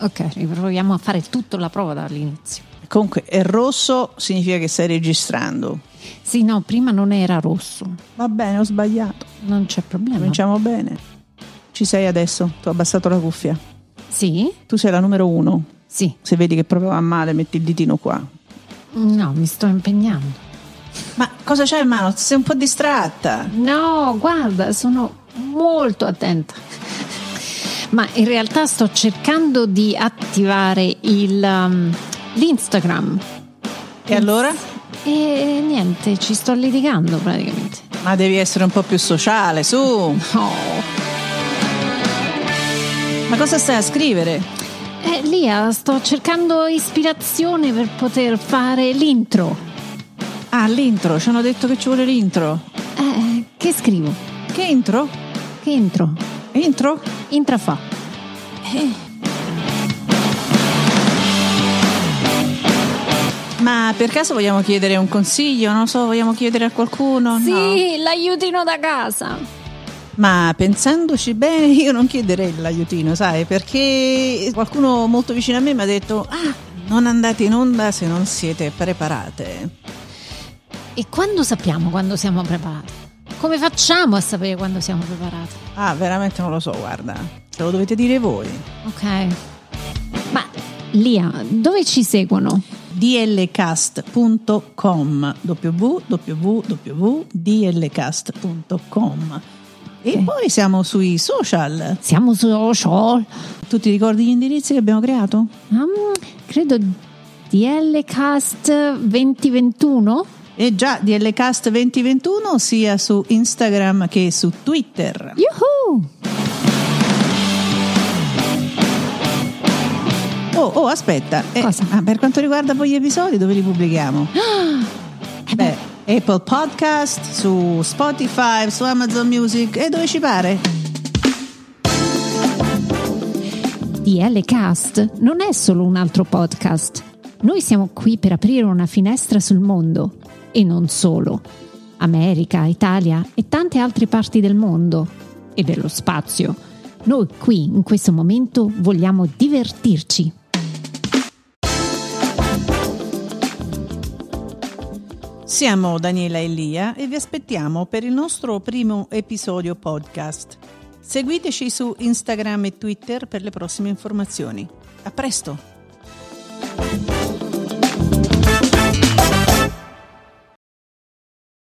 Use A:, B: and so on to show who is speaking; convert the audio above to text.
A: Ok, riproviamo a fare tutta la prova dall'inizio.
B: Comunque, è rosso significa che stai registrando.
A: Sì, no, prima non era rosso,
B: Va bene, ho sbagliato.
A: non c'è problema.
B: Cominciamo bene. Ci sei adesso, ti ho abbassato la cuffia.
A: Sì?
B: Tu sei la numero uno.
A: Sì.
B: Se vedi che proprio va male, metti il ditino qua.
A: No, mi sto impegnando.
B: Ma cosa c'hai in mano? Sei un po' distratta.
A: No, guarda, sono molto attenta. Ma in realtà sto cercando di attivare il, um, l'Instagram.
B: E allora?
A: E niente, ci sto litigando praticamente.
B: Ma devi essere un po' più sociale, su.
A: Oh.
B: Ma cosa stai a scrivere?
A: Eh, Lia, sto cercando ispirazione per poter fare l'intro.
B: Ah, l'intro. Ci hanno detto che ci vuole l'intro.
A: Eh, che scrivo?
B: Che intro?
A: Che intro?
B: Intro?
A: Intra fa.
B: Ma per caso vogliamo chiedere un consiglio? Non so, vogliamo chiedere a qualcuno? Oh, No.
A: sì, l'aiutino da casa.
B: Ma pensandoci bene, io non chiederei l'aiutino, sai, perché qualcuno molto vicino a me mi ha detto: Ah, non andate in onda se non siete preparate.
A: E quando sappiamo quando siamo preparati? Come facciamo a sapere quando siamo preparati?
B: Ah, veramente non lo so, guarda, ce lo dovete dire voi.
A: Ok. Ma Lia, dove ci seguono?
B: dlcast.com www.dlcast.com E
A: Ok.
B: poi siamo sui social.
A: Siamo su social?
B: Tu ti ricordi gli indirizzi che abbiamo creato?
A: Mm, credo DLcast 2021?
B: E già DLCast 2021 sia su Instagram che su Twitter.
A: Yuhu!
B: Oh, oh, aspetta. Eh,
A: Cosa?
B: ah, per quanto riguarda poi gli episodi, dove li pubblichiamo?
A: Eh
B: Beh, Apple Podcast, su Spotify, su Amazon Music e dove ci pare.
A: DLcast non è solo un altro podcast. Noi siamo qui per aprire una finestra sul mondo e non solo. America, Italia e tante altre parti del mondo e dello spazio. Noi qui in questo momento vogliamo divertirci.
B: Siamo Daniela e Lia e vi aspettiamo per il nostro primo episodio podcast. Seguiteci su Instagram e Twitter per le prossime informazioni. A presto!